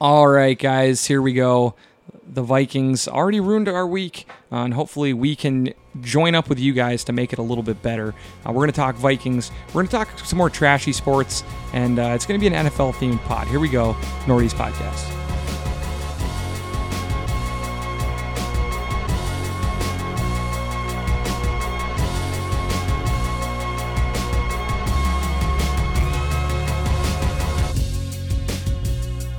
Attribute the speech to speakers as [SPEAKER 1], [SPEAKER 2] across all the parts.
[SPEAKER 1] All right, guys, here we go. The Vikings already ruined our week, uh, and hopefully we can join up with you guys to make it a little bit better. Uh, we're going to talk Vikings. We're going to talk some more trashy sports, and uh, it's going to be an NFL themed pod. Here we go, Nordy's podcast.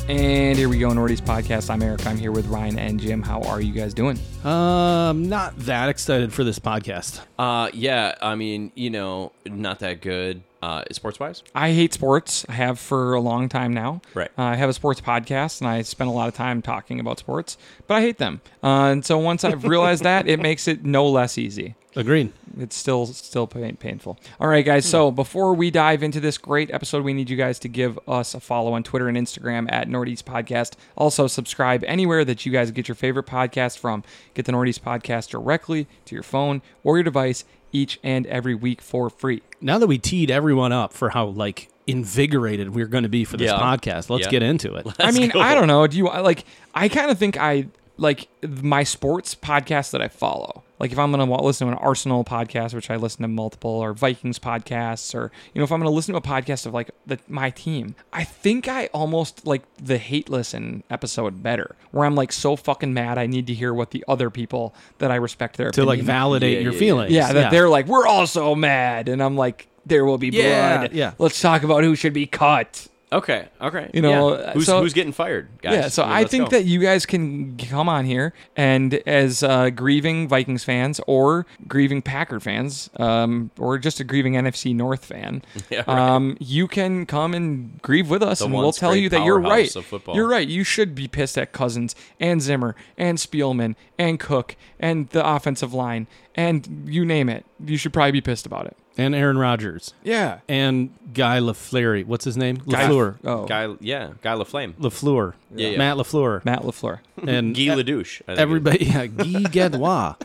[SPEAKER 1] And here we go, Nordy's podcast. I'm Eric. I'm here with Ryan and Jim. How are you guys doing?
[SPEAKER 2] Um, not that excited for this podcast.
[SPEAKER 3] Uh, yeah, I mean, you know, not that good uh, sports wise.
[SPEAKER 1] I hate sports. I have for a long time now.
[SPEAKER 3] Right.
[SPEAKER 1] Uh, I have a sports podcast, and I spend a lot of time talking about sports, but I hate them. Uh, and so once I've realized that, it makes it no less easy.
[SPEAKER 2] Agreed.
[SPEAKER 1] It's still still pain, painful. All right, guys. So before we dive into this great episode, we need you guys to give us a follow on Twitter and Instagram at Nordeast Podcast. Also, subscribe anywhere that you guys get your favorite podcast from. Get the Nordeast Podcast directly to your phone or your device each and every week for free.
[SPEAKER 2] Now that we teed everyone up for how like invigorated we're going to be for this
[SPEAKER 3] Yeah.
[SPEAKER 2] podcast, let's
[SPEAKER 3] Yeah.
[SPEAKER 2] get into it.
[SPEAKER 1] I mean, I don't know. Do you I, like? I kind of think I like my sports podcast that I follow. Like if I'm gonna wa- listen to an Arsenal podcast, which I listen to multiple, or Vikings podcasts, or you know, if I'm gonna listen to a podcast of like the, my team, I think I almost like the hate listen episode better, where I'm like so fucking mad I need to hear what the other people that I respect their
[SPEAKER 2] to like
[SPEAKER 1] opinion-
[SPEAKER 2] validate
[SPEAKER 3] Yeah,
[SPEAKER 2] your
[SPEAKER 3] yeah,
[SPEAKER 2] feelings.
[SPEAKER 1] yeah, that they're like we're all so mad, and I'm like there will be
[SPEAKER 2] Yeah,
[SPEAKER 1] blood.
[SPEAKER 2] yeah.
[SPEAKER 1] let's talk about who should be cut.
[SPEAKER 3] Okay, okay.
[SPEAKER 1] You know, uh,
[SPEAKER 3] Yeah. who's
[SPEAKER 1] so-
[SPEAKER 3] who's getting fired, guys?
[SPEAKER 1] Yeah, so I
[SPEAKER 3] let's
[SPEAKER 1] think
[SPEAKER 3] go.
[SPEAKER 1] that you guys can come on here and as uh, grieving Vikings fans or grieving Packer fans um, or just a grieving NFC North fan,
[SPEAKER 3] Yeah, right.
[SPEAKER 1] um, you can come and grieve with us
[SPEAKER 3] The
[SPEAKER 1] and we'll
[SPEAKER 3] one
[SPEAKER 1] tell
[SPEAKER 3] straight
[SPEAKER 1] you that you're right.
[SPEAKER 3] powerhouse of football.
[SPEAKER 1] You're right. You should be pissed at Cousins and Zimmer and Spielman and Cook and the offensive line and you name it. You should probably be pissed about it.
[SPEAKER 2] and Aaron Rodgers
[SPEAKER 1] Yeah.
[SPEAKER 2] and Guy Lafleur. What's his name?
[SPEAKER 1] Guy,
[SPEAKER 2] Lafleur.
[SPEAKER 1] Oh,
[SPEAKER 3] guy, yeah, guy LaFlame,
[SPEAKER 2] Lafleur.
[SPEAKER 3] Yeah, yeah.
[SPEAKER 2] Matt Lafleur.
[SPEAKER 1] Matt LaFleur.
[SPEAKER 2] and
[SPEAKER 3] Guy Ledouche. I think
[SPEAKER 2] everybody. Yeah, Guy Gadois.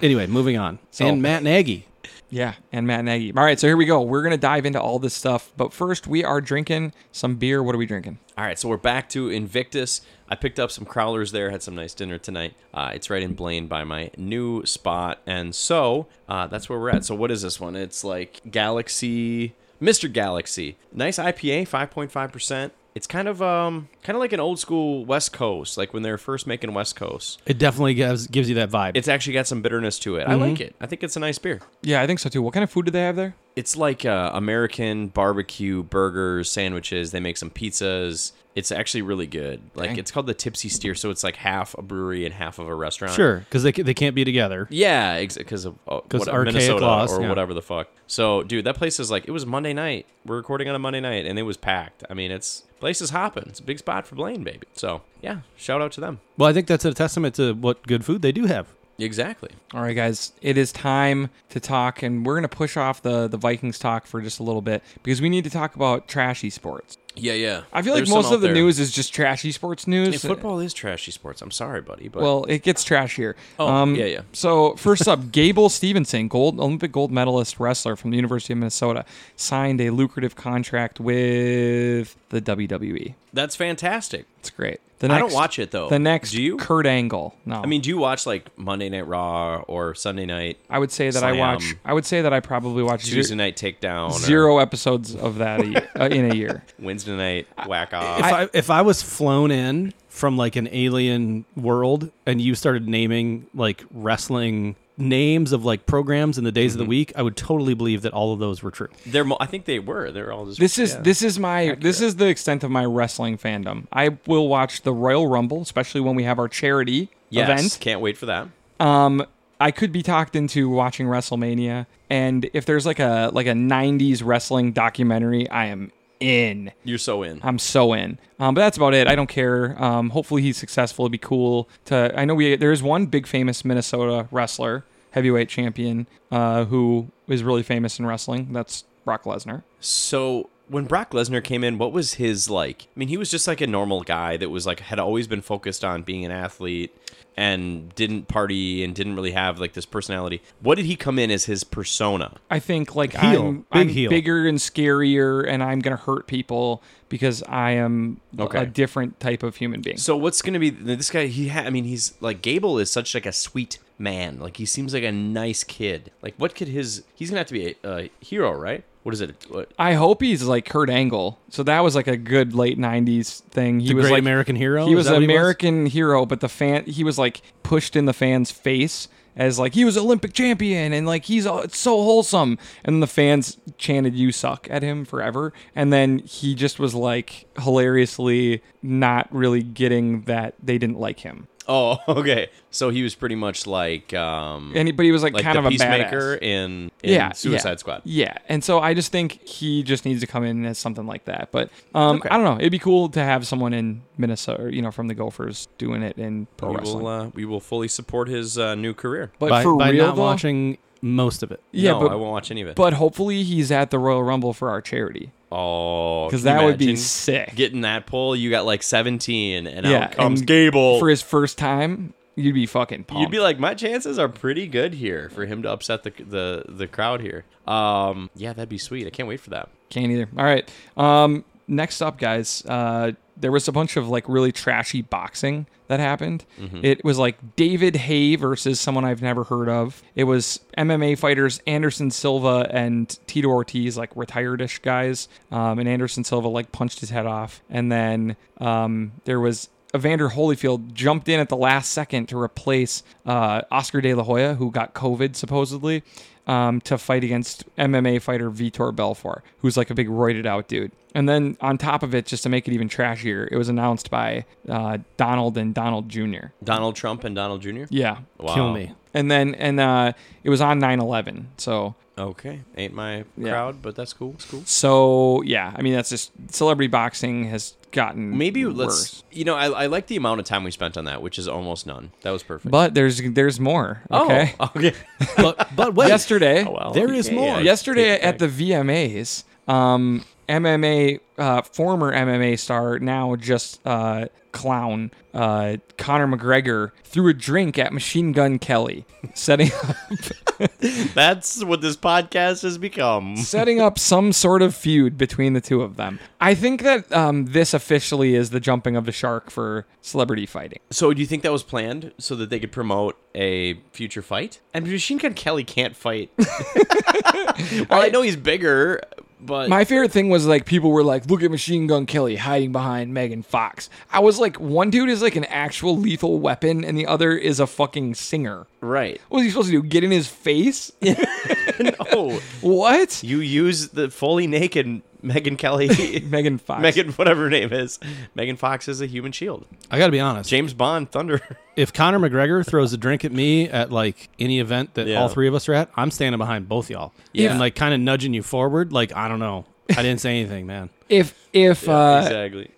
[SPEAKER 2] anyway, moving on.
[SPEAKER 1] So-
[SPEAKER 2] and Matt Nagy.
[SPEAKER 1] Yeah, and Matt Nagy. All right, so here we go. We're gonna dive into all this stuff, but first we are drinking some beer. What are we drinking?
[SPEAKER 3] All right, so we're back to Invictus. I picked up some crowlers there, had some nice dinner tonight. Uh, it's right in Blaine by my new spot, and so uh, that's where we're at. So what is this one? It's like Galaxy, Mr. Galaxy, nice IPA, five point five percent. It's kind of um, kind of like an old school West Coast, like when they were first making West Coast.
[SPEAKER 2] It definitely gives gives you that vibe.
[SPEAKER 3] It's actually got some bitterness to it. I like it. I think it's a nice beer.
[SPEAKER 1] Yeah, I think so too. What kind of food do they have there?
[SPEAKER 3] It's like uh, American barbecue burgers, sandwiches. They make some pizzas. It's actually really good. Like
[SPEAKER 1] Dang.
[SPEAKER 3] it's called the Tipsy Steer, so it's like half a brewery and half of a restaurant.
[SPEAKER 2] sure because they ca- they can't be together.
[SPEAKER 3] Yeah, because of uh,
[SPEAKER 2] 'Cause
[SPEAKER 3] what-
[SPEAKER 2] archaic
[SPEAKER 3] Minnesota
[SPEAKER 2] laws,
[SPEAKER 3] or
[SPEAKER 2] yeah.
[SPEAKER 3] whatever the fuck. So, dude, that place is like it was Monday night. We're recording on a Monday night, and it was packed. I mean, it's place is hopping. It's a big spot for Blaine, baby. So, yeah, shout out to them.
[SPEAKER 2] Well, I think that's a testament to what good food they do have.
[SPEAKER 3] Exactly.
[SPEAKER 1] All right, guys, it is time to talk, and we're gonna push off the the Vikings talk for just a little bit because we need to talk about trashy sports.
[SPEAKER 3] Yeah, yeah.
[SPEAKER 1] I feel like
[SPEAKER 3] There's some
[SPEAKER 1] most
[SPEAKER 3] out
[SPEAKER 1] of the
[SPEAKER 3] there.
[SPEAKER 1] news is just trashy sports news.
[SPEAKER 3] Hey, football is trashy sports. I'm sorry, buddy, but
[SPEAKER 1] Well, it gets trashier. Um,
[SPEAKER 3] Oh, yeah, yeah.
[SPEAKER 1] So first up, Gable Stevenson, gold Olympic gold medalist wrestler from the University of Minnesota, signed a lucrative contract with the E. WWE.
[SPEAKER 3] that's fantastic.
[SPEAKER 1] It's great. The
[SPEAKER 3] I don't watch it, though.
[SPEAKER 1] The next,
[SPEAKER 3] Do you?
[SPEAKER 1] Kurt Angle. No,
[SPEAKER 3] I mean, do you watch like Monday Night Raw or Sunday Night,
[SPEAKER 1] I would say that I watch.
[SPEAKER 3] Slam.
[SPEAKER 1] I would say that I probably watch zero,
[SPEAKER 3] Tuesday Night Takedown, or
[SPEAKER 1] zero episodes of that a year, uh, in a year.
[SPEAKER 3] Wednesday Night Whack Off?
[SPEAKER 2] If I, if I was flown in from like an alien world and you started naming like wrestling names of like programs in the days of
[SPEAKER 1] Mm-hmm.
[SPEAKER 2] the week, I would totally believe that all of those were true.
[SPEAKER 3] They're, mo- I think they were. They're all just.
[SPEAKER 1] This is
[SPEAKER 3] yeah.
[SPEAKER 1] this is my this is the extent of my wrestling fandom. I will watch the Royal Rumble, especially when we have our charity
[SPEAKER 3] Yes,
[SPEAKER 1] event.
[SPEAKER 3] Can't wait for that.
[SPEAKER 1] um I could be talked into watching WrestleMania and if there's like a like a 90s wrestling documentary, I am in.
[SPEAKER 3] You're so in.
[SPEAKER 1] I'm so in. Um, but that's about it. I don't care. Um, hopefully he's successful. It'd be cool to I know we there is one big famous Minnesota wrestler, heavyweight champion, uh, who is really famous in wrestling. That's Brock Lesnar.
[SPEAKER 3] So when Brock Lesnar came in, what was his like? I mean, he was just like a normal guy that was like had always been focused on being an athlete and didn't party and didn't really have like this personality. What did he come in as his persona?
[SPEAKER 1] I think like
[SPEAKER 2] Heel.
[SPEAKER 1] I'm,
[SPEAKER 2] Big
[SPEAKER 1] I'm
[SPEAKER 2] heel.
[SPEAKER 1] bigger and scarier, and I'm gonna hurt people because I am
[SPEAKER 3] Okay.
[SPEAKER 1] a different type of human being.
[SPEAKER 3] So what's gonna be this guy? He, ha- I mean, he's like Gable is such like a sweet man. Like he seems like a nice kid. Like what could his? He's gonna have to be a, a hero, right? What is it? What?
[SPEAKER 1] I hope he's like Kurt Angle. So that was like a good late '90s thing. He
[SPEAKER 2] The
[SPEAKER 1] was
[SPEAKER 2] Great
[SPEAKER 1] like
[SPEAKER 2] American Hero?
[SPEAKER 1] He
[SPEAKER 2] Is
[SPEAKER 1] was
[SPEAKER 2] that
[SPEAKER 1] an
[SPEAKER 2] what he was?
[SPEAKER 1] American hero, but the fan he was like pushed in the fans' face as like he was Olympic champion and like he's all, it's so wholesome. And the fans chanted "You suck" at him forever. And then he just was like hilariously not really getting that they didn't like him.
[SPEAKER 3] Oh, okay. So he was pretty much like um,
[SPEAKER 1] And he, but he was like,
[SPEAKER 3] like
[SPEAKER 1] kind
[SPEAKER 3] the
[SPEAKER 1] of a
[SPEAKER 3] peacemaker
[SPEAKER 1] badass.
[SPEAKER 3] in, in Suicide
[SPEAKER 1] yeah,
[SPEAKER 3] Squad.
[SPEAKER 1] Yeah, and so I just think he just needs to come in as something like that. But um,
[SPEAKER 3] Okay.
[SPEAKER 1] I don't know. It'd be cool to have someone in Minnesota, you know, from the Gophers, doing it in pro
[SPEAKER 3] We
[SPEAKER 1] wrestling.
[SPEAKER 3] will, uh, we will fully support his uh, new career.
[SPEAKER 1] but
[SPEAKER 2] by,
[SPEAKER 1] for
[SPEAKER 2] by
[SPEAKER 1] real,
[SPEAKER 2] not
[SPEAKER 1] though,
[SPEAKER 2] watching most of it.
[SPEAKER 1] yeah,
[SPEAKER 3] no,
[SPEAKER 1] but
[SPEAKER 3] I won't watch any of it.
[SPEAKER 1] but hopefully he's at the Royal Rumble for our charity
[SPEAKER 3] oh,
[SPEAKER 1] because
[SPEAKER 3] can you
[SPEAKER 1] that would be
[SPEAKER 3] imagine
[SPEAKER 1] sick.
[SPEAKER 3] Getting that pull, you got like 17, and
[SPEAKER 1] yeah,
[SPEAKER 3] out comes
[SPEAKER 1] and
[SPEAKER 3] Gable.
[SPEAKER 1] for his first time. You'd be fucking pumped.
[SPEAKER 3] You'd be like, my chances are pretty good here for him to upset the the, the crowd here. Um, yeah, that'd be sweet. I can't wait for that.
[SPEAKER 1] Can't either. All right. Um, next up, guys, uh, there was a bunch of like really trashy boxing that happened. It was like David Hay versus someone I've never heard of. It was MMA fighters Anderson Silva and Tito Ortiz, like retired-ish guys. Um, and Anderson Silva like punched his head off. And then um, there was Evander Holyfield jumped in at the last second to replace uh, Oscar De La Hoya, who got COVID supposedly, um, to fight against MMA fighter Vitor Belfort, who's like a big roided out dude. And then on top of it, just to make it even trashier, it was announced by uh, Donald and Donald Jr.
[SPEAKER 3] Donald Trump and Donald Jr.
[SPEAKER 1] Yeah.
[SPEAKER 3] Wow.
[SPEAKER 2] Kill me.
[SPEAKER 1] And then, and uh, it was on 9 11. So
[SPEAKER 3] Okay, ain't my crowd, but that's cool. It's cool.
[SPEAKER 1] So yeah, I mean that's just celebrity boxing has gotten
[SPEAKER 3] Maybe
[SPEAKER 1] worse.
[SPEAKER 3] let's. You know, I, I like the amount of time we spent on that, which is almost none. That was perfect.
[SPEAKER 1] But there's there's more. Okay.
[SPEAKER 3] Oh, okay.
[SPEAKER 2] But but wait,
[SPEAKER 1] Yesterday,
[SPEAKER 2] there is
[SPEAKER 3] Oh, yeah,
[SPEAKER 2] more.
[SPEAKER 3] yeah.
[SPEAKER 1] yesterday
[SPEAKER 3] Take it
[SPEAKER 1] at the VMAs, um, MMA uh, former MMA star now just uh, clown uh, Conor McGregor threw a drink at Machine Gun Kelly, setting
[SPEAKER 3] back. That's what this podcast has become.
[SPEAKER 1] setting up some sort of feud between the two of them. I think that um, this officially is the jumping of the shark for celebrity fighting.
[SPEAKER 3] So, do you think that was planned so that they could promote a future fight? And Machine Gun Kelly can't fight. well, I know he's bigger, but
[SPEAKER 1] My favorite thing was like people were like, "Look at Machine Gun Kelly hiding behind Megan Fox." I was like, one dude is like an actual lethal weapon, and the other is a fucking singer.
[SPEAKER 3] right.
[SPEAKER 1] What was he supposed to do? Get in his face?
[SPEAKER 3] no,
[SPEAKER 1] what?
[SPEAKER 3] Oh, you use the fully naked Megan Kelly,
[SPEAKER 1] Megan Fox.
[SPEAKER 3] Megan whatever her name is. Megan Fox is a human shield.
[SPEAKER 2] I got to be honest.
[SPEAKER 3] James Bond, Thunder.
[SPEAKER 2] If Conor McGregor throws a drink at me at like any event that
[SPEAKER 3] Yeah.
[SPEAKER 2] all three of us are at, I'm standing behind both y'all.
[SPEAKER 1] Yeah.
[SPEAKER 2] And like kind of nudging you forward. Like, I don't know. I didn't say anything, man.
[SPEAKER 1] If if uh,
[SPEAKER 3] exactly.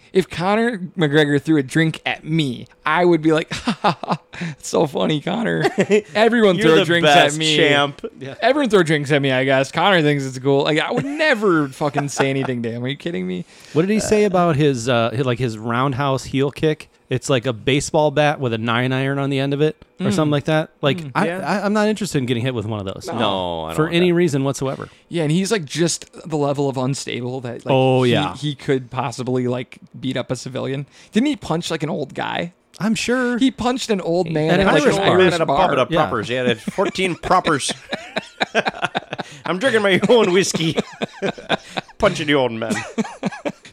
[SPEAKER 1] if Conor McGregor threw a drink at me, I would be like, ha, ha, ha, it's "So funny, Conor." Everyone
[SPEAKER 3] You're
[SPEAKER 1] throw
[SPEAKER 3] the
[SPEAKER 1] drinks
[SPEAKER 3] best
[SPEAKER 1] at me.
[SPEAKER 3] champ. Yeah.
[SPEAKER 1] Everyone throw drinks at me, I guess. Connor thinks it's cool. Like I would never fucking say anything to him. Are you kidding me?
[SPEAKER 2] What did he say about his, uh, his- like his roundhouse heel kick? It's like a baseball bat with a nine iron on the end of it or something like that. Like, I,
[SPEAKER 3] Yeah.
[SPEAKER 2] I, I'm not interested in getting hit with one of those.
[SPEAKER 3] No, I don't
[SPEAKER 2] For
[SPEAKER 3] want
[SPEAKER 2] any
[SPEAKER 3] that.
[SPEAKER 2] reason whatsoever.
[SPEAKER 1] Yeah, and he's like just the level of unstable that like
[SPEAKER 2] Oh,
[SPEAKER 1] he,
[SPEAKER 2] yeah.
[SPEAKER 1] he could possibly like beat up a civilian. Didn't he punch like an old guy?
[SPEAKER 2] I'm sure.
[SPEAKER 1] He punched an old man
[SPEAKER 2] And
[SPEAKER 1] at
[SPEAKER 2] an
[SPEAKER 1] like
[SPEAKER 2] Irish
[SPEAKER 1] an
[SPEAKER 2] man
[SPEAKER 1] Irish
[SPEAKER 3] at a
[SPEAKER 1] bar.
[SPEAKER 3] pub at a
[SPEAKER 2] Yeah.
[SPEAKER 3] propers. Yeah, that's 14 propers. I'm drinking my own whiskey. Punching the old man.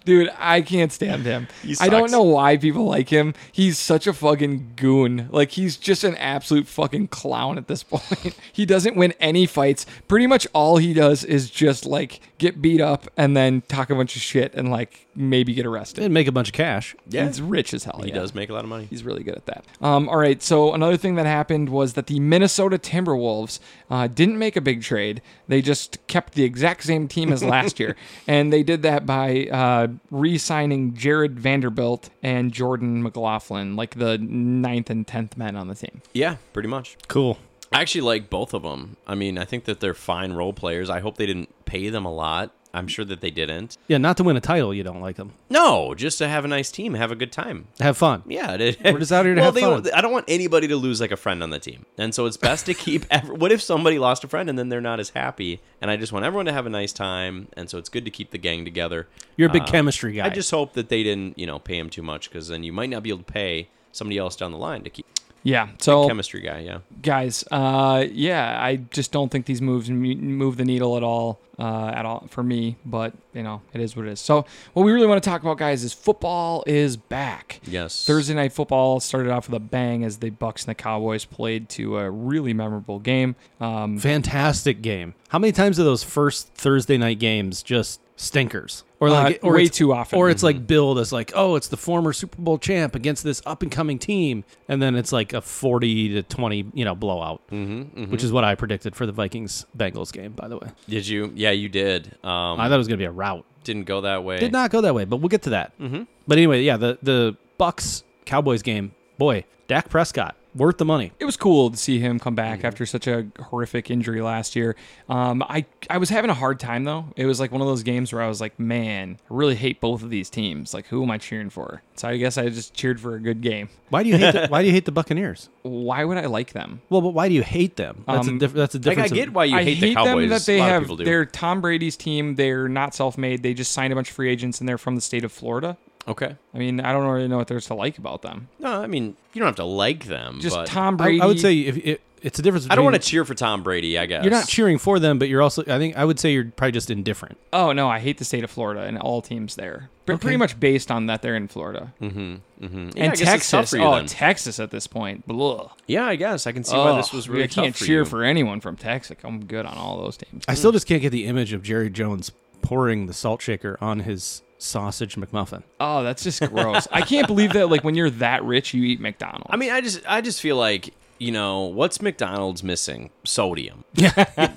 [SPEAKER 1] Dude, I can't stand him.
[SPEAKER 3] He
[SPEAKER 1] I don't
[SPEAKER 3] sucks.
[SPEAKER 1] know why people like him. He's such a fucking goon. Like he's just an absolute fucking clown at this point. he doesn't win any fights. Pretty much all he does is just like get beat up and then talk a bunch of shit and like maybe get arrested.
[SPEAKER 2] did make a bunch of cash.
[SPEAKER 3] Yeah.
[SPEAKER 1] He's rich as hell.
[SPEAKER 3] He does make a lot of money.
[SPEAKER 1] He's really good at that. Um, all right. So another thing that happened was that the Minnesota Timberwolves uh, didn't make a big trade. They just kept the exact same team as last year, and they did that by uh, re-signing Jared Vanderbilt and Jordan McLaughlin, like the ninth and tenth men on the team.
[SPEAKER 3] Yeah, pretty much.
[SPEAKER 2] Cool.
[SPEAKER 3] I actually like both of them. I mean, I think that they're fine role players. I hope they didn't pay them a lot. I'm sure that they didn't.
[SPEAKER 2] Yeah, not to win a title, you don't like them.
[SPEAKER 3] No, just to have a nice team, have a good time.
[SPEAKER 2] Have fun.
[SPEAKER 3] Yeah, it,
[SPEAKER 2] We're just out here to
[SPEAKER 3] well,
[SPEAKER 2] have
[SPEAKER 3] they-
[SPEAKER 2] fun.
[SPEAKER 3] I don't want anybody to lose like a friend on the team, and so it's best to keep. Every, what if somebody lost a friend and then they're not as happy? And I just want everyone to have a nice time, and so it's good to keep the gang together.
[SPEAKER 2] You're a big
[SPEAKER 3] Uh,
[SPEAKER 2] chemistry guy.
[SPEAKER 3] I just hope that they didn't, you know, pay him too much because then you might not be able to pay somebody else down the line to keep
[SPEAKER 1] Yeah.
[SPEAKER 2] Oh.
[SPEAKER 1] So
[SPEAKER 3] chemistry guy. Yeah,
[SPEAKER 1] guys, uh, yeah, I just don't think these moves m- move the needle at all, uh, at all for me. But you know, it is what it is. So what we really want to talk about, guys, is football is back.
[SPEAKER 3] yes.
[SPEAKER 1] Thursday night football started off with a bang as the Bucks and the Cowboys played to a really memorable game. Um,
[SPEAKER 2] Fantastic game. How many times are those first Thursday night games just stinkers? Or
[SPEAKER 1] Uh,
[SPEAKER 2] like or
[SPEAKER 1] way
[SPEAKER 2] it's-
[SPEAKER 1] too often.
[SPEAKER 2] Or it's like billed as like, oh, it's the former Super Bowl champ against this up and coming team, and then it's like a forty to twenty, you know, blowout,
[SPEAKER 3] Mm-hmm,
[SPEAKER 2] which is what I predicted for the Vikings Bengals game. By the way,
[SPEAKER 3] Did you? Yeah, you did. Um,
[SPEAKER 2] I thought it was going to be a rout.
[SPEAKER 3] didn't go that way.
[SPEAKER 2] Did not go that way, but we'll get to that. Mm-hmm. But anyway, yeah, the the Bucks Cowboys game, boy, Dak Prescott worth the money.
[SPEAKER 1] it was cool to see him come
[SPEAKER 3] Mm-hmm.
[SPEAKER 1] back after such a horrific injury last year. Um, I I was having a hard time though. It was like one of those games where I was like, man, I really hate both of these teams. Like, who am I cheering for? So I guess I just cheered for a good game.
[SPEAKER 2] Why do you hate? The, why do you hate the Buccaneers?
[SPEAKER 1] Why would I like them?
[SPEAKER 2] Well, but why do you hate them? That's
[SPEAKER 1] Um,
[SPEAKER 2] a diff- that's a
[SPEAKER 3] Like, I
[SPEAKER 2] difference. of-
[SPEAKER 3] get why you
[SPEAKER 1] I
[SPEAKER 3] hate, the Cowboys.
[SPEAKER 1] them that they
[SPEAKER 3] a lot of
[SPEAKER 1] have.
[SPEAKER 3] people do.
[SPEAKER 1] They're Tom Brady's team. They're not self-made. They just signed a bunch of free agents, and they're from the state of Florida.
[SPEAKER 3] Okay.
[SPEAKER 1] I mean, I don't really know what there's to like about them.
[SPEAKER 3] No, I mean you don't have to like them.
[SPEAKER 1] Just
[SPEAKER 3] but
[SPEAKER 1] Tom
[SPEAKER 2] I,
[SPEAKER 1] Brady.
[SPEAKER 2] I would say if it, it's a difference.
[SPEAKER 3] I don't want to
[SPEAKER 2] between-
[SPEAKER 3] cheer for Tom Brady. I guess
[SPEAKER 2] You're not cheering for them, but you're also. I think I would say you're probably just indifferent.
[SPEAKER 1] oh no, I hate the state of Florida and all teams there. But
[SPEAKER 2] Okay.
[SPEAKER 1] pretty much based on that they're in Florida.
[SPEAKER 3] Mm-hmm, Yeah,
[SPEAKER 1] and
[SPEAKER 3] I guess it's tough
[SPEAKER 1] Texas.
[SPEAKER 3] for you
[SPEAKER 1] oh,
[SPEAKER 3] then.
[SPEAKER 1] Texas at this point. Ugh.
[SPEAKER 3] yeah, I guess I can see why
[SPEAKER 1] Ugh.
[SPEAKER 3] this was really
[SPEAKER 1] I can't
[SPEAKER 3] tough for
[SPEAKER 1] cheer
[SPEAKER 3] you.
[SPEAKER 1] for anyone from Texas. I'm good on all those teams.
[SPEAKER 2] I still just can't get the image of Jerry Jones pouring the salt shaker on his sausage McMuffin.
[SPEAKER 1] Oh, that's just gross. I can't believe that. Like when you're that rich, you eat McDonald's.
[SPEAKER 3] I mean, I just I just feel like you know what's McDonald's missing? Sodium.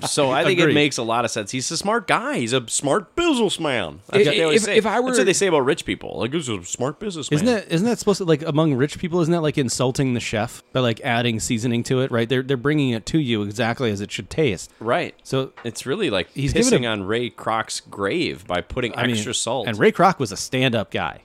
[SPEAKER 3] so I think
[SPEAKER 2] Agreed.
[SPEAKER 3] it makes a lot of sense. He's a smart guy. He's a smart businessman. That's
[SPEAKER 1] I-
[SPEAKER 3] what they always
[SPEAKER 1] if-
[SPEAKER 3] say.
[SPEAKER 1] if I were-
[SPEAKER 3] That's what they say about rich people. Like he's a smart businessman.
[SPEAKER 2] Isn't that isn't that supposed to like among rich people? Isn't that like insulting the chef by like adding seasoning to it? Right? They're they're bringing it to you exactly as it should taste.
[SPEAKER 3] right?
[SPEAKER 2] So
[SPEAKER 3] It's really like
[SPEAKER 2] He's
[SPEAKER 3] he's
[SPEAKER 2] giving
[SPEAKER 3] pissing
[SPEAKER 2] him-
[SPEAKER 3] on Ray Kroc's grave by putting
[SPEAKER 2] I mean,
[SPEAKER 3] extra salt.
[SPEAKER 2] And Ray Kroc was a stand-up guy.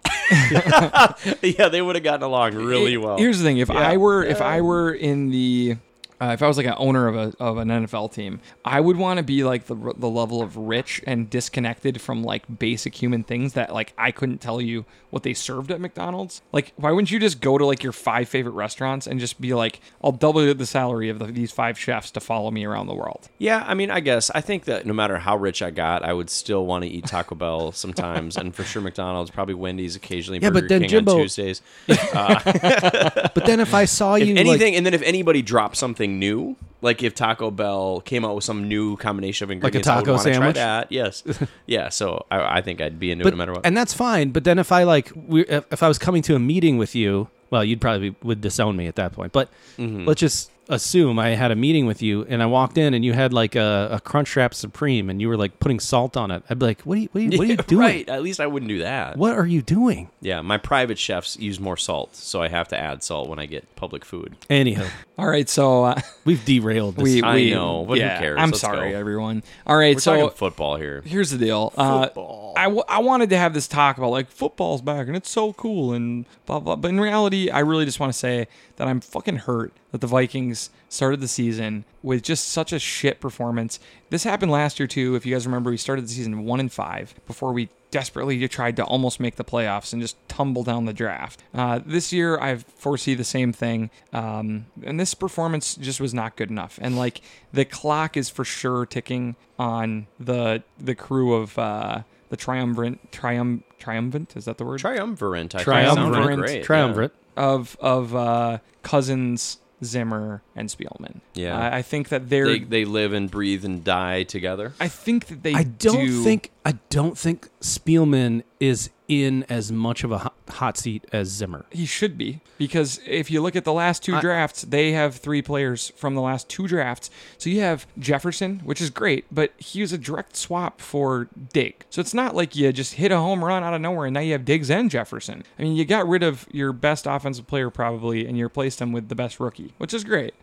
[SPEAKER 3] yeah, they would have gotten along really
[SPEAKER 1] It-
[SPEAKER 3] well.
[SPEAKER 1] Here's the thing: if I were if I were in the uh, if I was like an owner of a of an NFL team, I would want to be like the r- the level of rich and disconnected from like basic human things that like I couldn't tell you what they served at McDonald's. Like, why wouldn't you just go to like your five favorite restaurants and just be like, I'll double the salary of the, these five chefs to follow me around the world?
[SPEAKER 3] Yeah, I mean, I guess I think that no matter how rich I got, I would still want to eat Taco Bell sometimes, and for sure McDonald's, probably Wendy's occasionally.
[SPEAKER 2] Yeah, but
[SPEAKER 3] Burger
[SPEAKER 2] then
[SPEAKER 3] King on
[SPEAKER 2] Jimbo-
[SPEAKER 3] Tuesdays.
[SPEAKER 2] But then if I saw you
[SPEAKER 3] If
[SPEAKER 2] like-
[SPEAKER 3] anything, and then if anybody dropped something new, like if Taco Bell came out with some new combination of
[SPEAKER 2] a
[SPEAKER 3] ingredients,
[SPEAKER 2] taco
[SPEAKER 3] I would wanna
[SPEAKER 2] sandwich?
[SPEAKER 3] Try that. Yes, yeah. So I, I think I'd be into it
[SPEAKER 2] but-
[SPEAKER 3] no matter what.
[SPEAKER 2] And that's fine. But then if I like, we, if if I was coming to a meeting with you, well, you'd probably would disown me at that point. But
[SPEAKER 3] Mm-hmm.
[SPEAKER 2] let's just assume I had a meeting with you, and I walked in, and you had like a, a Crunchwrap Supreme, and you were like putting salt on it. I'd be like, what are you, what are you, what are you
[SPEAKER 3] Yeah,
[SPEAKER 2] doing?
[SPEAKER 3] Right. At least I wouldn't do that.
[SPEAKER 2] What are you doing?
[SPEAKER 3] Yeah, my private chefs use more salt, so I have to add salt when I get public food.
[SPEAKER 2] Anyhow,
[SPEAKER 1] All right, so uh,
[SPEAKER 2] we've derailed this.
[SPEAKER 1] we
[SPEAKER 3] I
[SPEAKER 1] we
[SPEAKER 3] know, but who
[SPEAKER 1] yeah,
[SPEAKER 3] cares?
[SPEAKER 1] I'm
[SPEAKER 3] Let's
[SPEAKER 1] sorry,
[SPEAKER 3] go.
[SPEAKER 1] everyone. All right,
[SPEAKER 3] We're
[SPEAKER 1] so
[SPEAKER 3] talking football here.
[SPEAKER 1] here's the deal. Uh, I, w- I wanted to have this talk about like football's back and it's so cool and blah blah. But in reality, I really just want to say that I'm fucking hurt that the Vikings started the season with just such a shit performance. This happened last year too. If you guys remember, we started the season one and five before we desperately tried to almost make the playoffs and just tumble down the draft. Uh, this year, I foresee the same thing. Um, and this performance just was not good enough. And like the clock is for sure ticking on the the crew of uh, the triumvirate trium triumphant is that the word
[SPEAKER 3] Triumvirate. I think,
[SPEAKER 1] Triumvirate.
[SPEAKER 3] sounded great, yeah.
[SPEAKER 2] triumvirate.
[SPEAKER 1] of of uh, cousins Zimmer and Spielman.
[SPEAKER 3] Yeah.
[SPEAKER 1] I, I think that they're.
[SPEAKER 3] They, they live and breathe and die together.
[SPEAKER 1] I think that they.
[SPEAKER 2] I don't
[SPEAKER 1] do-
[SPEAKER 2] think I don't think Spielman is in as much of a hot- hot seat as Zimmer.
[SPEAKER 1] He should be because if you look at the last two drafts, they have three players from the last two drafts. So you have Jefferson, which is great, but he was a direct swap for Dig. So it's not like you just hit a home run out of nowhere and now you have Diggs and Jefferson. I mean, you got rid of your best offensive player probably and you replaced him with the best rookie, which is great.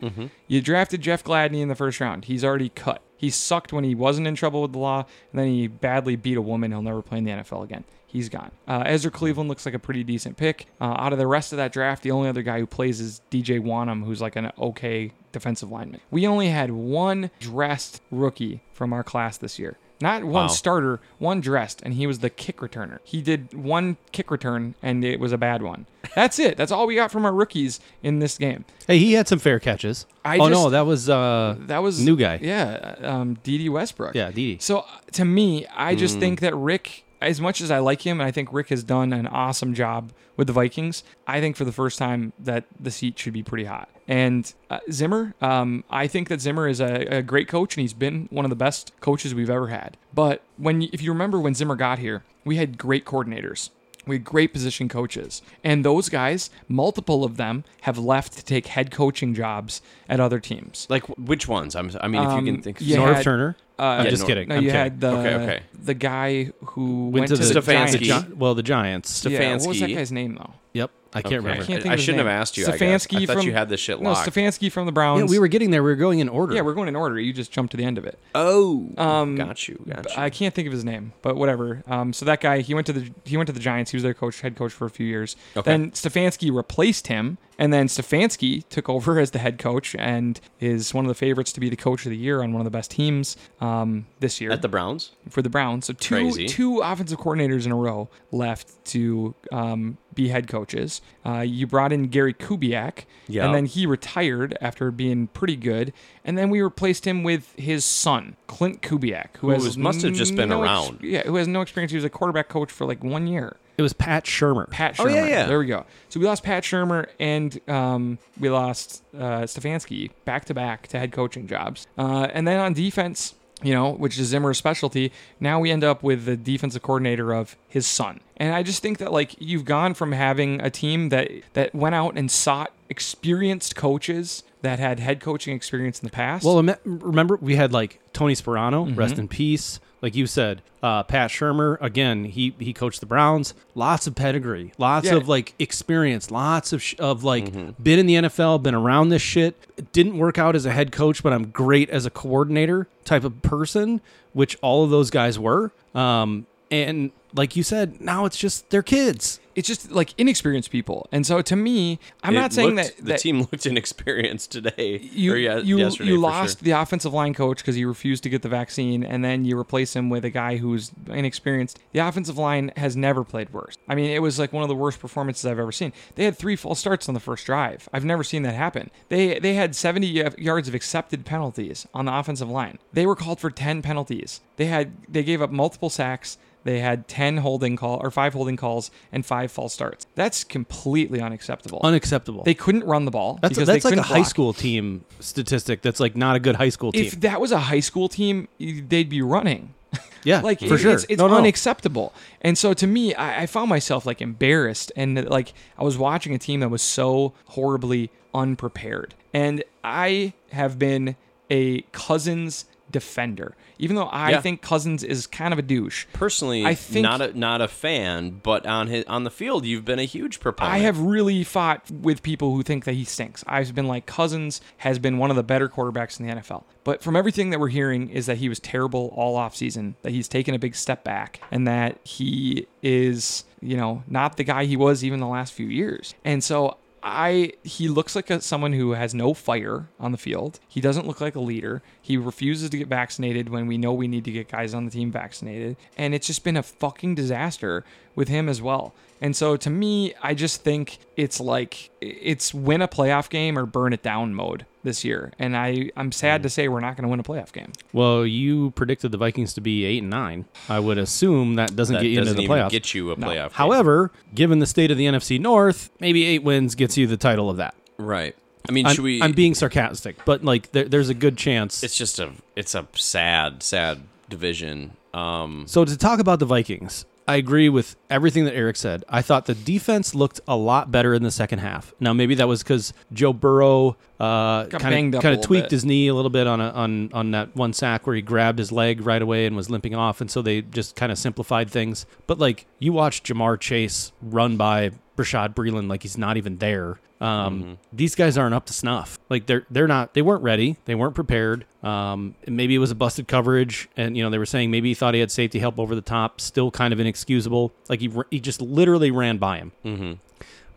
[SPEAKER 1] You drafted Jeff Gladney in the first round. He's already cut. He sucked when he wasn't in trouble with the law, and then he badly beat a woman. He'll never play in the NFL again. He's gone. Uh, Ezra Cleveland looks like a pretty decent pick. Uh, out of the rest of that draft, the only other guy who plays is DJ Wanham, who's like an okay defensive lineman. We only had one dressed rookie from our class this year. Not one
[SPEAKER 3] Wow.
[SPEAKER 1] starter, one dressed, and he was the kick returner. He did one kick return, and it was a bad one. That's it. That's all we got from our rookies in this game.
[SPEAKER 2] Hey, he had some fair catches.
[SPEAKER 1] I
[SPEAKER 2] oh no,
[SPEAKER 1] just-
[SPEAKER 2] that was uh,
[SPEAKER 1] That was
[SPEAKER 2] new guy.
[SPEAKER 1] Yeah, um, D.D. Westbrook.
[SPEAKER 2] Yeah, DD.
[SPEAKER 1] So uh, to me, I just think that Rick, as much as I like him, and I think Rick has done an awesome job with the Vikings, I think for the first time that the seat should be pretty hot. And uh, Zimmer, um, I think that Zimmer is a, a great coach, and he's been one of the best coaches we've ever had. But when, you- if you remember when Zimmer got here, we had great coordinators. We had great position coaches. And those guys, multiple of them, have left to take head coaching jobs at other teams.
[SPEAKER 3] Like wh- which ones? I'm, I mean, if you
[SPEAKER 1] Um,
[SPEAKER 3] can think.
[SPEAKER 1] yeah.
[SPEAKER 2] Norv
[SPEAKER 1] had-
[SPEAKER 2] Turner.
[SPEAKER 1] Uh,
[SPEAKER 2] I'm
[SPEAKER 3] yeah,
[SPEAKER 2] uh, just
[SPEAKER 3] Norv-
[SPEAKER 2] kidding.
[SPEAKER 1] No,
[SPEAKER 2] I'm
[SPEAKER 1] you
[SPEAKER 2] kidding.
[SPEAKER 1] had the
[SPEAKER 3] Okay, okay.
[SPEAKER 1] the guy who went, to, the,
[SPEAKER 2] the
[SPEAKER 3] Stefanski.
[SPEAKER 1] Giants.
[SPEAKER 2] Gi- well, the Giants.
[SPEAKER 3] Stef-
[SPEAKER 1] Yeah, what was that
[SPEAKER 3] Stefanski.
[SPEAKER 1] guy's name though?
[SPEAKER 2] yep, I can't
[SPEAKER 3] Okay.
[SPEAKER 1] I
[SPEAKER 2] remember.
[SPEAKER 1] can't
[SPEAKER 3] I-
[SPEAKER 1] think
[SPEAKER 3] I
[SPEAKER 1] of his
[SPEAKER 3] shouldn't have
[SPEAKER 1] name.
[SPEAKER 3] asked you, I guess.
[SPEAKER 1] Stefanski
[SPEAKER 3] I thought
[SPEAKER 1] from,
[SPEAKER 3] you had this shit
[SPEAKER 1] No,
[SPEAKER 3] locked.
[SPEAKER 1] Stefanski from the Browns.
[SPEAKER 2] Yeah, we were getting there. We were going in order.
[SPEAKER 1] Yeah, we're going in order. You just jumped to the end of it.
[SPEAKER 3] Oh,
[SPEAKER 1] Um,
[SPEAKER 3] got you, got you.
[SPEAKER 1] I can't think of his name, but whatever. Um, so that guy, he went to the he went to the Giants. He was their coach, head coach for a few years.
[SPEAKER 3] Okay.
[SPEAKER 1] Then Stefanski replaced him, and then Stefanski took over as the head coach and is one of the favorites to be the coach of the year on one of the best teams um, this year
[SPEAKER 3] At the Browns.
[SPEAKER 1] for the Browns. So two
[SPEAKER 3] Crazy.
[SPEAKER 1] two offensive coordinators in a row left to um, be head coaches. Uh, you brought in Gary Kubiak,
[SPEAKER 3] Yeah.
[SPEAKER 1] and then he retired after being pretty good. And then we replaced him with his son, Clint Kubiak, who,
[SPEAKER 3] Who
[SPEAKER 1] has
[SPEAKER 3] was- must have just been
[SPEAKER 1] no ex-
[SPEAKER 3] around.
[SPEAKER 1] yeah, who has no experience. He was a quarterback coach for like one year.
[SPEAKER 2] It was Pat Shermer.
[SPEAKER 1] Pat Shermer.
[SPEAKER 3] Oh, yeah, yeah.
[SPEAKER 1] There we go. So we lost Pat Shermer and um, we lost uh, Stefanski back to back to head coaching jobs. Uh, and then on defense, you know, which is Zimmer's specialty, now we end up with the defensive coordinator of his son. And I just think that like you've gone from having a team that that went out and sought experienced coaches that had head coaching experience in the past.
[SPEAKER 2] Well, ame- remember we had like Tony Sperano, rest in peace. Like you said, uh, Pat Shermer again. He he coached the Browns. Lots of pedigree, lots
[SPEAKER 1] Yeah.
[SPEAKER 2] of like experience, lots of sh- of like been in the NFL, been around this shit. Didn't work out as a head coach, but I'm great as a coordinator type of person, which all of those guys were. Um, and like you said, now it's just their kids.
[SPEAKER 1] it's just like inexperienced people. And so to me, I'm
[SPEAKER 3] It
[SPEAKER 1] not saying
[SPEAKER 3] looked-
[SPEAKER 1] that
[SPEAKER 3] the
[SPEAKER 1] that,
[SPEAKER 3] team looked inexperienced today.
[SPEAKER 1] you
[SPEAKER 3] or ye-
[SPEAKER 1] you,
[SPEAKER 3] yesterday
[SPEAKER 1] you
[SPEAKER 3] for
[SPEAKER 1] lost
[SPEAKER 3] Sure.
[SPEAKER 1] the offensive line coach because he refused to get the vaccine, and then you replace him with a guy who's inexperienced. The offensive line has never played worse. I mean, it was like one of the worst performances I've ever seen. They had three false starts on the first drive. I've never seen that happen. They they had 70 y- yards of accepted penalties on the offensive line. They were called for 10 penalties. They had they gave up multiple sacks. They had 10 holding call or 5 holding calls and 5 false starts. That's completely unacceptable.
[SPEAKER 2] Unacceptable.
[SPEAKER 1] they couldn't run the ball
[SPEAKER 2] that's
[SPEAKER 1] because
[SPEAKER 2] that's
[SPEAKER 1] they
[SPEAKER 2] like a
[SPEAKER 1] couldn't
[SPEAKER 2] high
[SPEAKER 1] block.
[SPEAKER 2] school team statistic. That's like not a good high school team.
[SPEAKER 1] If that was a high school team, y- they'd be running.
[SPEAKER 2] yeah,
[SPEAKER 1] like
[SPEAKER 2] for
[SPEAKER 1] it-
[SPEAKER 2] sure.
[SPEAKER 1] it's, it's
[SPEAKER 2] No, no.
[SPEAKER 1] unacceptable. And so to me, I, I found myself like embarrassed, and like I was watching a team that was so horribly unprepared. And I have been a Cousins defender, even though I
[SPEAKER 3] Yeah.
[SPEAKER 1] think Cousins is kind of a douche.
[SPEAKER 3] Personally,
[SPEAKER 1] I think-
[SPEAKER 3] not a not a fan, but on his on the field, you've been a huge proponent.
[SPEAKER 1] I have really fought with people who think that he stinks. I've been like Cousins has been one of the better quarterbacks in the NFL. But from everything that we're hearing is that he was terrible all offseason, that he's taken a big step back and that he is, you know, not the guy he was even the last few years. And so I he looks like a, someone who has no fire on the field. He doesn't look like a leader. He refuses to get vaccinated when we know we need to get guys on the team vaccinated, and it's just been a fucking disaster with him as well. And so to me, I just think it's like it's win a playoff game or burn it down mode this year. And I I'm sad to say we're not going to win a playoff game.
[SPEAKER 2] Well, you predicted the Vikings to be eight and nine. I would assume that doesn't
[SPEAKER 3] that
[SPEAKER 2] get you into
[SPEAKER 3] doesn't
[SPEAKER 2] the
[SPEAKER 3] even
[SPEAKER 2] playoffs.
[SPEAKER 3] get you a playoff. game.
[SPEAKER 2] However, given the state of the NFC North, maybe eight wins gets you the title of that.
[SPEAKER 3] right? I mean,
[SPEAKER 2] I'm,
[SPEAKER 3] should we?
[SPEAKER 2] I'm being sarcastic, but like there, there's a good chance.
[SPEAKER 3] it's just a it's a sad sad division. Um,
[SPEAKER 2] so to talk about the Vikings, I agree with everything that Eric said. I thought the defense looked a lot better in the second half. Now maybe that was because Joe Burrow uh, kind
[SPEAKER 1] banged
[SPEAKER 2] of
[SPEAKER 1] up a
[SPEAKER 2] kind of
[SPEAKER 1] little
[SPEAKER 2] tweaked
[SPEAKER 1] bit.
[SPEAKER 2] his knee a little bit on a, on on that one sack where he grabbed his leg right away and was limping off, and so they just kind of simplified things. But like you watch Jamar Chase run by Brashad Breeland like he's not even there. Um, These guys aren't up to snuff. Like they're they're not they weren't ready. They weren't prepared. Um, and maybe it was a busted coverage, and you know they were saying maybe he thought he had safety help over the top. Still kind of inexcusable. Like he r- he just literally ran by him.
[SPEAKER 1] Mm-hmm.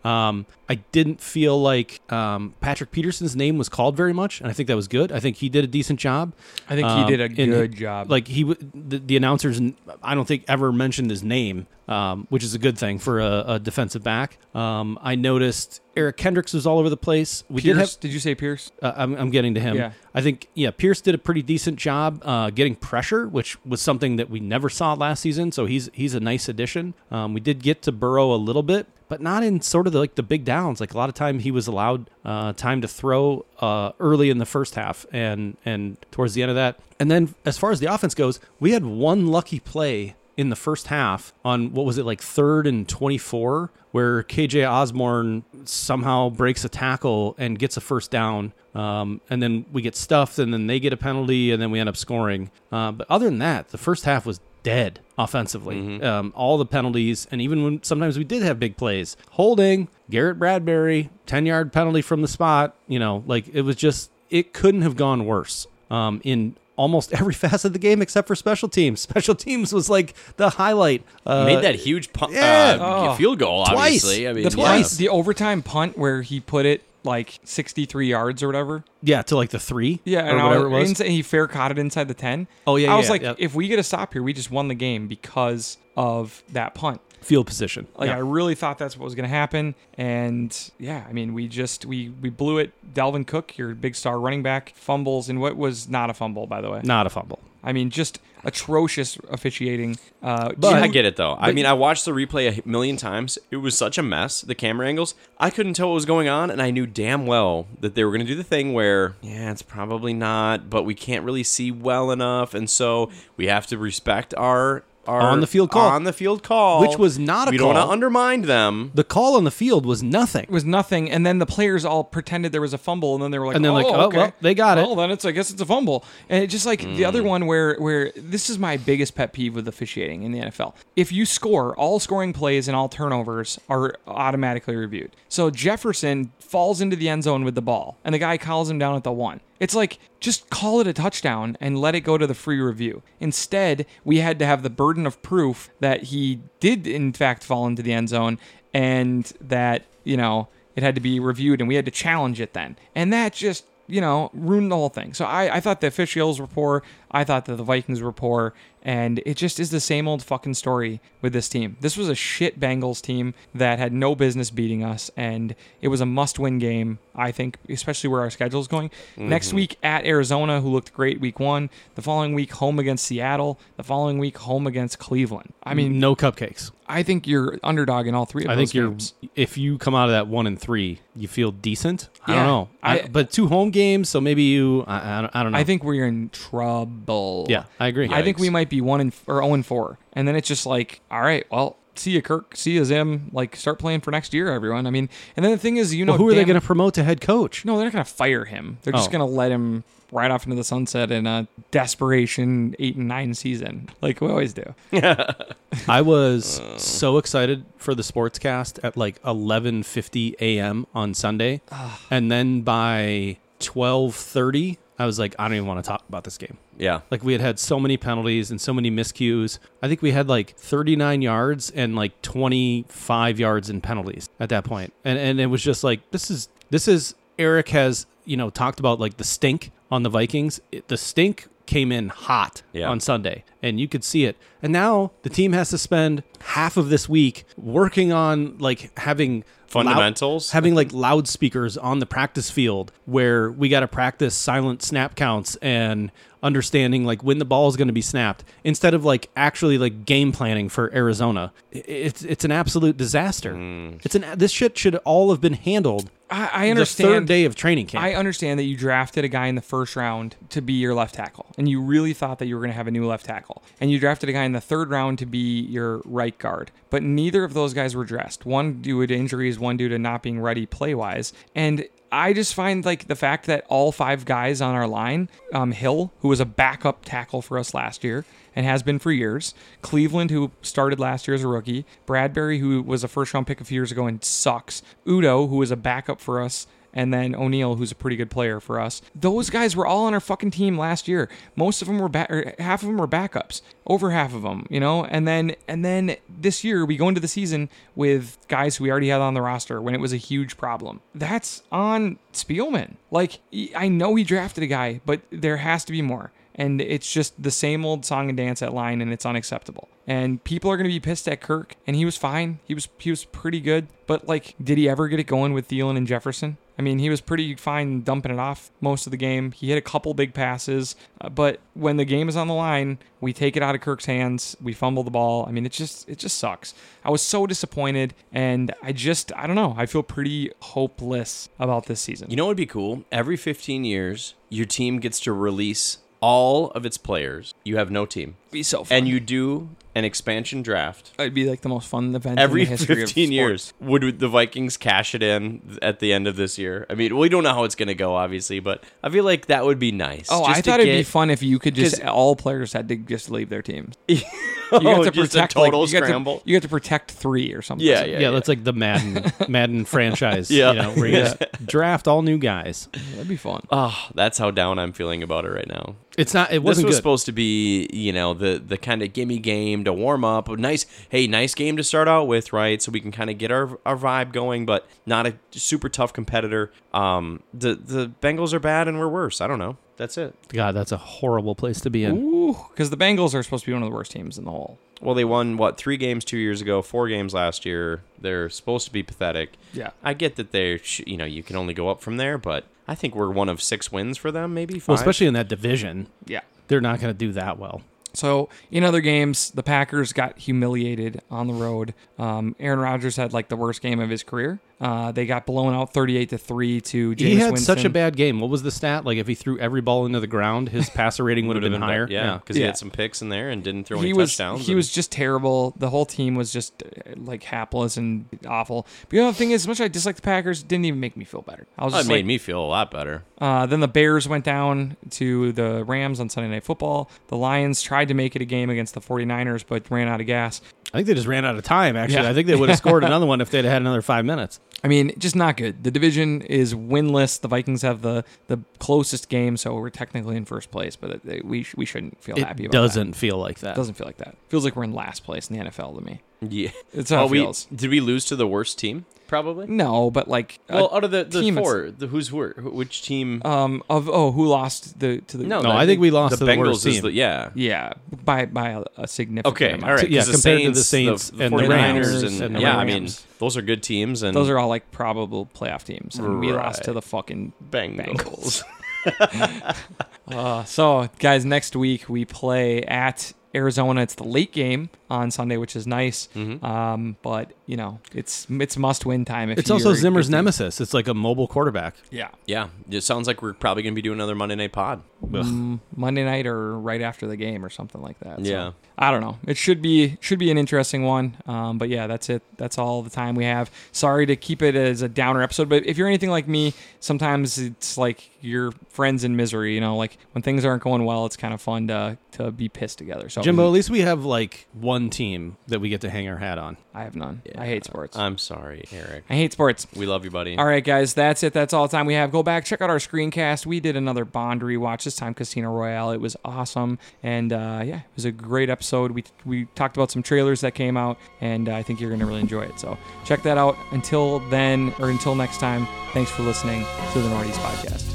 [SPEAKER 2] Um, I didn't feel like um, Patrick Peterson's name was called very much, and I think that was good. I think he did a decent job.
[SPEAKER 1] I think
[SPEAKER 2] Um,
[SPEAKER 1] he did a
[SPEAKER 2] and-
[SPEAKER 1] good job.
[SPEAKER 2] Like he, w- the, the announcers, n- I don't think ever mentioned his name, um, which is a good thing for a, a defensive back. Um, I noticed Eric Kendricks was all over the place. We
[SPEAKER 1] Pierce,
[SPEAKER 2] did have
[SPEAKER 1] did you say Pierce?
[SPEAKER 2] uh, I'm, I'm getting to him.
[SPEAKER 1] Yeah.
[SPEAKER 2] I think, yeah, Pierce did a pretty decent job uh, getting pressure, which was something that we never saw last season. So he's he's a nice addition. Um, we did get to Burrow a little bit, but not in sort of the, like the big downs. Like a lot of time he was allowed uh, time to throw uh, early in the first half and and towards the end of that. And then as far as the offense goes, we had one lucky play in the first half on what was it like third and 24 where KJ Osborne somehow breaks a tackle and gets a first down. Um, and then we get stuffed and then they get a penalty and then we end up scoring. Uh, but other than that, the first half was dead offensively.
[SPEAKER 1] Mm-hmm.
[SPEAKER 2] Um, all the penalties. And even when sometimes we did have big plays, holding Garrett Bradbury, 10 yard penalty from the spot, you know, like it was just, it couldn't have gone worse um, in almost every facet of the game except for special teams. Special teams was like the highlight. Uh,
[SPEAKER 3] Made that huge pu-
[SPEAKER 2] yeah.
[SPEAKER 3] uh,
[SPEAKER 1] Oh.
[SPEAKER 3] field goal,
[SPEAKER 2] Twice.
[SPEAKER 3] obviously. I mean,
[SPEAKER 1] the
[SPEAKER 3] yeah.
[SPEAKER 1] punt, the overtime punt where he put it like 63 yards or whatever.
[SPEAKER 2] yeah to like the three,
[SPEAKER 1] Yeah,
[SPEAKER 2] or
[SPEAKER 1] and I
[SPEAKER 2] whatever it was.
[SPEAKER 1] inside- he fair caught it inside the 10.
[SPEAKER 2] Oh, yeah,
[SPEAKER 1] I
[SPEAKER 2] yeah,
[SPEAKER 1] was
[SPEAKER 2] yeah,
[SPEAKER 1] like,
[SPEAKER 2] yep.
[SPEAKER 1] if we get a stop here, we just won the game because of that punt.
[SPEAKER 2] Field position.
[SPEAKER 1] Like
[SPEAKER 2] Yeah.
[SPEAKER 1] I really thought that's what was going to happen, and yeah, I mean we just we we blew it. Dalvin Cook, your big star running back, fumbles and what was not a fumble by the way.
[SPEAKER 2] not a fumble.
[SPEAKER 1] I mean just atrocious officiating. Uh,
[SPEAKER 3] Yeah,
[SPEAKER 1] two-
[SPEAKER 3] I get it though. I mean, I watched the replay a million times. It was such a mess. The camera angles, I couldn't tell what was going on, and I knew damn well that they were going to do the thing where, yeah, it's probably not, but we can't really see well enough, and so we have to respect our our
[SPEAKER 2] On the field call.
[SPEAKER 3] on the field call,
[SPEAKER 2] Which was not a
[SPEAKER 3] we don't want
[SPEAKER 2] call.
[SPEAKER 3] to undermine them.
[SPEAKER 2] The call on the field was nothing.
[SPEAKER 1] It was nothing, and then the players all pretended there was a fumble, and then they were like,
[SPEAKER 2] And they're
[SPEAKER 1] oh,
[SPEAKER 2] like, oh,
[SPEAKER 1] okay.
[SPEAKER 2] well, they got it. Mm.
[SPEAKER 1] Well, then it's I guess it's a fumble, and it just like the other one where where this is my biggest pet peeve with officiating in the NFL. If you score, all scoring plays and all turnovers are automatically reviewed. So Jefferson falls into the end zone with the ball, and the guy calls him down at the one. It's like just call it a touchdown and let it go to the free review. Instead, we had to have the burden of proof that he did in fact fall into the end zone, and that you know it had to be reviewed and we had to challenge it then and that just you know ruined the whole thing so i, I thought the officials were poor i thought that the vikings were poor and it just is the same old fucking story with this team this was a shit bengals team that had no business beating us and it was a must-win game i think especially where our schedule's going
[SPEAKER 2] Mm-hmm.
[SPEAKER 1] next week at arizona who looked great week one the following week home against seattle the following week home against cleveland i mean
[SPEAKER 2] no cupcakes.
[SPEAKER 1] i think you're underdog in all three of
[SPEAKER 2] Mm. I
[SPEAKER 1] those
[SPEAKER 2] think you're.
[SPEAKER 1] games.
[SPEAKER 2] If you come out of that one and three, you feel decent. I
[SPEAKER 1] Yeah.
[SPEAKER 2] don't know. I,
[SPEAKER 1] I-
[SPEAKER 2] but two home games, so maybe you. I, I, don't, I don't know.
[SPEAKER 1] I think we're in trouble.
[SPEAKER 2] Oh. Yeah, I agree.
[SPEAKER 1] I think
[SPEAKER 2] Yikes.
[SPEAKER 1] we might be one and or zero and four, and then it's just like, all right, well, see you, Kirk. See you, Zim. Like, start playing for next year, everyone. I mean, and then the thing is, you know,
[SPEAKER 2] Well, who are they
[SPEAKER 1] damn-
[SPEAKER 2] going to promote to head coach?
[SPEAKER 1] No, they're not going to fire him. They're just
[SPEAKER 2] Oh.
[SPEAKER 1] going to let him ride off into the sunset in a desperation eight and nine season, like we always do.
[SPEAKER 2] I was so excited for the sportscast at like 11:50 a.m. on Sunday, and then by 12:30, I was like, I don't even want to talk about this game.
[SPEAKER 3] Yeah,
[SPEAKER 2] Like we had had so many penalties and so many miscues. I think we had like 39 yards and like 25 yards in penalties at that point. And and it was just like this is this is Eric has, you know, talked about like the stink on the Vikings. It, the stink came in hot
[SPEAKER 3] Yeah.
[SPEAKER 2] on Sunday and you could see it. And now the team has to spend half of this week working on like having lou-
[SPEAKER 3] Fundamentals?
[SPEAKER 2] having like loudspeakers on the practice field where we got to practice silent snap counts and understanding like when the ball is going to be snapped instead of like actually like game planning for Arizona. I- It's it's an absolute disaster.
[SPEAKER 3] Hmm.
[SPEAKER 2] It's an this shit should all have been handled
[SPEAKER 1] I, I
[SPEAKER 2] the
[SPEAKER 1] understand.
[SPEAKER 2] third day of training camp.
[SPEAKER 1] I understand that you drafted a guy in the first round to be your left tackle, and you really thought that you were going to have a new left tackle, and you drafted a guy in the third round to be your right guard. But neither of those guys were dressed. One due to injuries, one due to not being ready play wise. And I just find like the fact that all five guys on our line, um, Hill, who was a backup tackle for us last year and has been for years, Cleveland, who started last year as a rookie, Bradbury, who was a first round pick a few years ago and sucks, Udo, who was a backup for us and then O'Neal, who's a pretty good player for us. Those guys were all on our fucking team last year. Most of them were back, half of them were backups, over half of them, you know. And then and then this year we go into the season with guys who we already had on the roster when it was a huge problem. That's on Spielman. Like I know he drafted a guy, but there has to be more. And it's just the same old song and dance at line, and it's unacceptable. And people are going to be pissed at Kirk, and he was fine. He was he was pretty good, but like, did he ever get it going with Thielen and Jefferson? I mean, he was pretty fine dumping it off most of the game. He hit a couple big passes, uh, but when the game is on the line, we take it out of Kirk's hands. We fumble the ball. I mean, it just it just sucks. I was so disappointed, and I just I don't know. I feel pretty hopeless about this season.
[SPEAKER 3] You know what would be cool? Every 15 years, your team gets to release all of its players. You have no team.
[SPEAKER 1] be so fun.
[SPEAKER 3] And you do an expansion draft
[SPEAKER 1] it'd be like the most fun event
[SPEAKER 3] every
[SPEAKER 1] in the history
[SPEAKER 3] 15
[SPEAKER 1] of sports.
[SPEAKER 3] years. Would the Vikings cash it in at the end of this year? I mean, we don't know how it's going to go, obviously, but I feel like that would be nice.
[SPEAKER 1] Oh,
[SPEAKER 3] just
[SPEAKER 1] I
[SPEAKER 3] to
[SPEAKER 1] thought it'd be
[SPEAKER 3] get-
[SPEAKER 1] fun if you could just
[SPEAKER 3] 'cause-
[SPEAKER 1] all players had to just leave their teams.
[SPEAKER 3] Oh,
[SPEAKER 1] You have to
[SPEAKER 3] just
[SPEAKER 1] protect
[SPEAKER 3] a total
[SPEAKER 1] like, you have to-
[SPEAKER 3] scramble.
[SPEAKER 1] you have to protect three or something.
[SPEAKER 3] yeah, yeah,
[SPEAKER 2] yeah, that's like the Madden Madden franchise.
[SPEAKER 3] Yeah.
[SPEAKER 2] you know, where you just draft all new guys.
[SPEAKER 1] that'd be fun.
[SPEAKER 3] Oh, that's how down I'm feeling about it right now.
[SPEAKER 2] It's not. It
[SPEAKER 3] This was
[SPEAKER 2] wasn't good.
[SPEAKER 3] supposed to be, you know, the the kind of gimme game to warm up. A nice, hey, nice game to start out with, right? So we can kind of get our our vibe going, but not a super tough competitor. Um, the the Bengals are bad and we're worse. I don't know. That's it.
[SPEAKER 2] God, that's a horrible place to be in.
[SPEAKER 1] Ooh, because the Bengals are supposed to be one of the worst teams in the whole.
[SPEAKER 3] Well, they won what three games two years ago, four games last year. They're supposed to be pathetic.
[SPEAKER 1] Yeah.
[SPEAKER 3] I get that they, sh- you know, you can only go up from there, but I think we're one of six wins for them, maybe five.
[SPEAKER 2] Well, especially in that division,
[SPEAKER 1] Yeah.
[SPEAKER 2] they're not going to do that well.
[SPEAKER 1] So in other games, the Packers got humiliated on the road. Um, Aaron Rodgers had like the worst game of his career. Uh, they got blown out thirty-eight to three to James
[SPEAKER 2] he had
[SPEAKER 1] Winston.
[SPEAKER 2] such a bad game. What was the stat? Like if he threw every ball into the ground, his passer rating would have been, higher.
[SPEAKER 3] yeah, because he
[SPEAKER 1] Yeah.
[SPEAKER 3] had some picks in there and didn't throw any
[SPEAKER 1] he was
[SPEAKER 3] touchdowns.
[SPEAKER 1] he
[SPEAKER 3] and-
[SPEAKER 1] was just terrible. The whole team was just uh, like hapless and awful. But you know the thing is, as much as I dislike the Packers, it didn't even make me feel better. I was
[SPEAKER 3] Well, it
[SPEAKER 1] just
[SPEAKER 3] made
[SPEAKER 1] like,
[SPEAKER 3] me feel a lot better.
[SPEAKER 1] Uh, then the Bears went down to the Rams on Sunday Night Football. The Lions tried to make it a game against the 49ers, but ran out of gas.
[SPEAKER 2] I think they just ran out of time. Actually,
[SPEAKER 1] Yeah.
[SPEAKER 2] I think they would have scored another one if they'd had another five minutes.
[SPEAKER 1] I mean, just not good. The division is winless. The Vikings have the, the closest game, so we're technically in first place, but it- it- we, sh- we shouldn't feel happy
[SPEAKER 2] It
[SPEAKER 1] about
[SPEAKER 2] doesn't feel like that.
[SPEAKER 1] That. Doesn't feel like that. Feels like we're in last place in the NFL to me.
[SPEAKER 3] Yeah,
[SPEAKER 1] It's how it
[SPEAKER 3] we
[SPEAKER 1] feels.
[SPEAKER 3] did we lose to the worst team? Probably.
[SPEAKER 1] No, but like uh, a
[SPEAKER 3] Well, out of the, the
[SPEAKER 1] team it's-
[SPEAKER 3] four, the, who's were who- which team?
[SPEAKER 1] um of oh who lost the to the
[SPEAKER 2] Uh, No, I think we lost
[SPEAKER 3] the
[SPEAKER 2] to the
[SPEAKER 3] Bengals.
[SPEAKER 2] worst
[SPEAKER 3] is
[SPEAKER 2] team.
[SPEAKER 3] the- yeah.
[SPEAKER 1] yeah by by a, a significant
[SPEAKER 3] Okay, all
[SPEAKER 1] amount.
[SPEAKER 3] right. 'cause
[SPEAKER 2] Yeah,
[SPEAKER 3] the
[SPEAKER 2] compared to the
[SPEAKER 3] Saints,
[SPEAKER 2] Saints and the
[SPEAKER 3] 49ers
[SPEAKER 1] Rams
[SPEAKER 3] and,
[SPEAKER 1] and the
[SPEAKER 3] yeah, I mean,
[SPEAKER 1] Rams.
[SPEAKER 3] those are good teams, and
[SPEAKER 1] Those are all like probable playoff teams, and we lost
[SPEAKER 3] Right.
[SPEAKER 1] to the fucking Bengals.
[SPEAKER 3] Bengals.
[SPEAKER 1] Uh, so, guys, next week we play at Arizona. It's the late game on Sunday, which is nice.
[SPEAKER 3] Mm-hmm.
[SPEAKER 1] Um, but you know, it's it's must win time. If
[SPEAKER 2] it's also
[SPEAKER 1] you're-
[SPEAKER 2] Zimmer's
[SPEAKER 1] if you-
[SPEAKER 2] nemesis. It's like a mobile quarterback.
[SPEAKER 1] Yeah,
[SPEAKER 3] Yeah, it sounds like we're probably going to be doing another Monday Night Pod.
[SPEAKER 1] Mm, Monday night or right after the game or something like that. So,
[SPEAKER 3] Yeah.
[SPEAKER 1] I don't know. It should be should be an interesting one. Um, but yeah, that's it. That's all the time we have. Sorry to keep it as a downer episode, but if you're anything like me, sometimes it's like your friends in misery. You know, like when things aren't going well, it's kind of fun to to be pissed together. So
[SPEAKER 2] Jimbo, at least we have like one team that we get to hang our hat on.
[SPEAKER 1] I have none. I hate sports.
[SPEAKER 3] I'm sorry, Eric.
[SPEAKER 1] I hate sports.
[SPEAKER 3] We love you, buddy.
[SPEAKER 1] All right, guys, that's it. That's all the time we have. Go back, check out our screencast. We did another Bond rewatch this time, Casino Royale. It was awesome, and uh, yeah, it was a great episode. We we talked about some trailers that came out, and uh, I think you're gonna really enjoy it. So check that out. Until then, or until next time, thanks for listening to the Nordies podcast.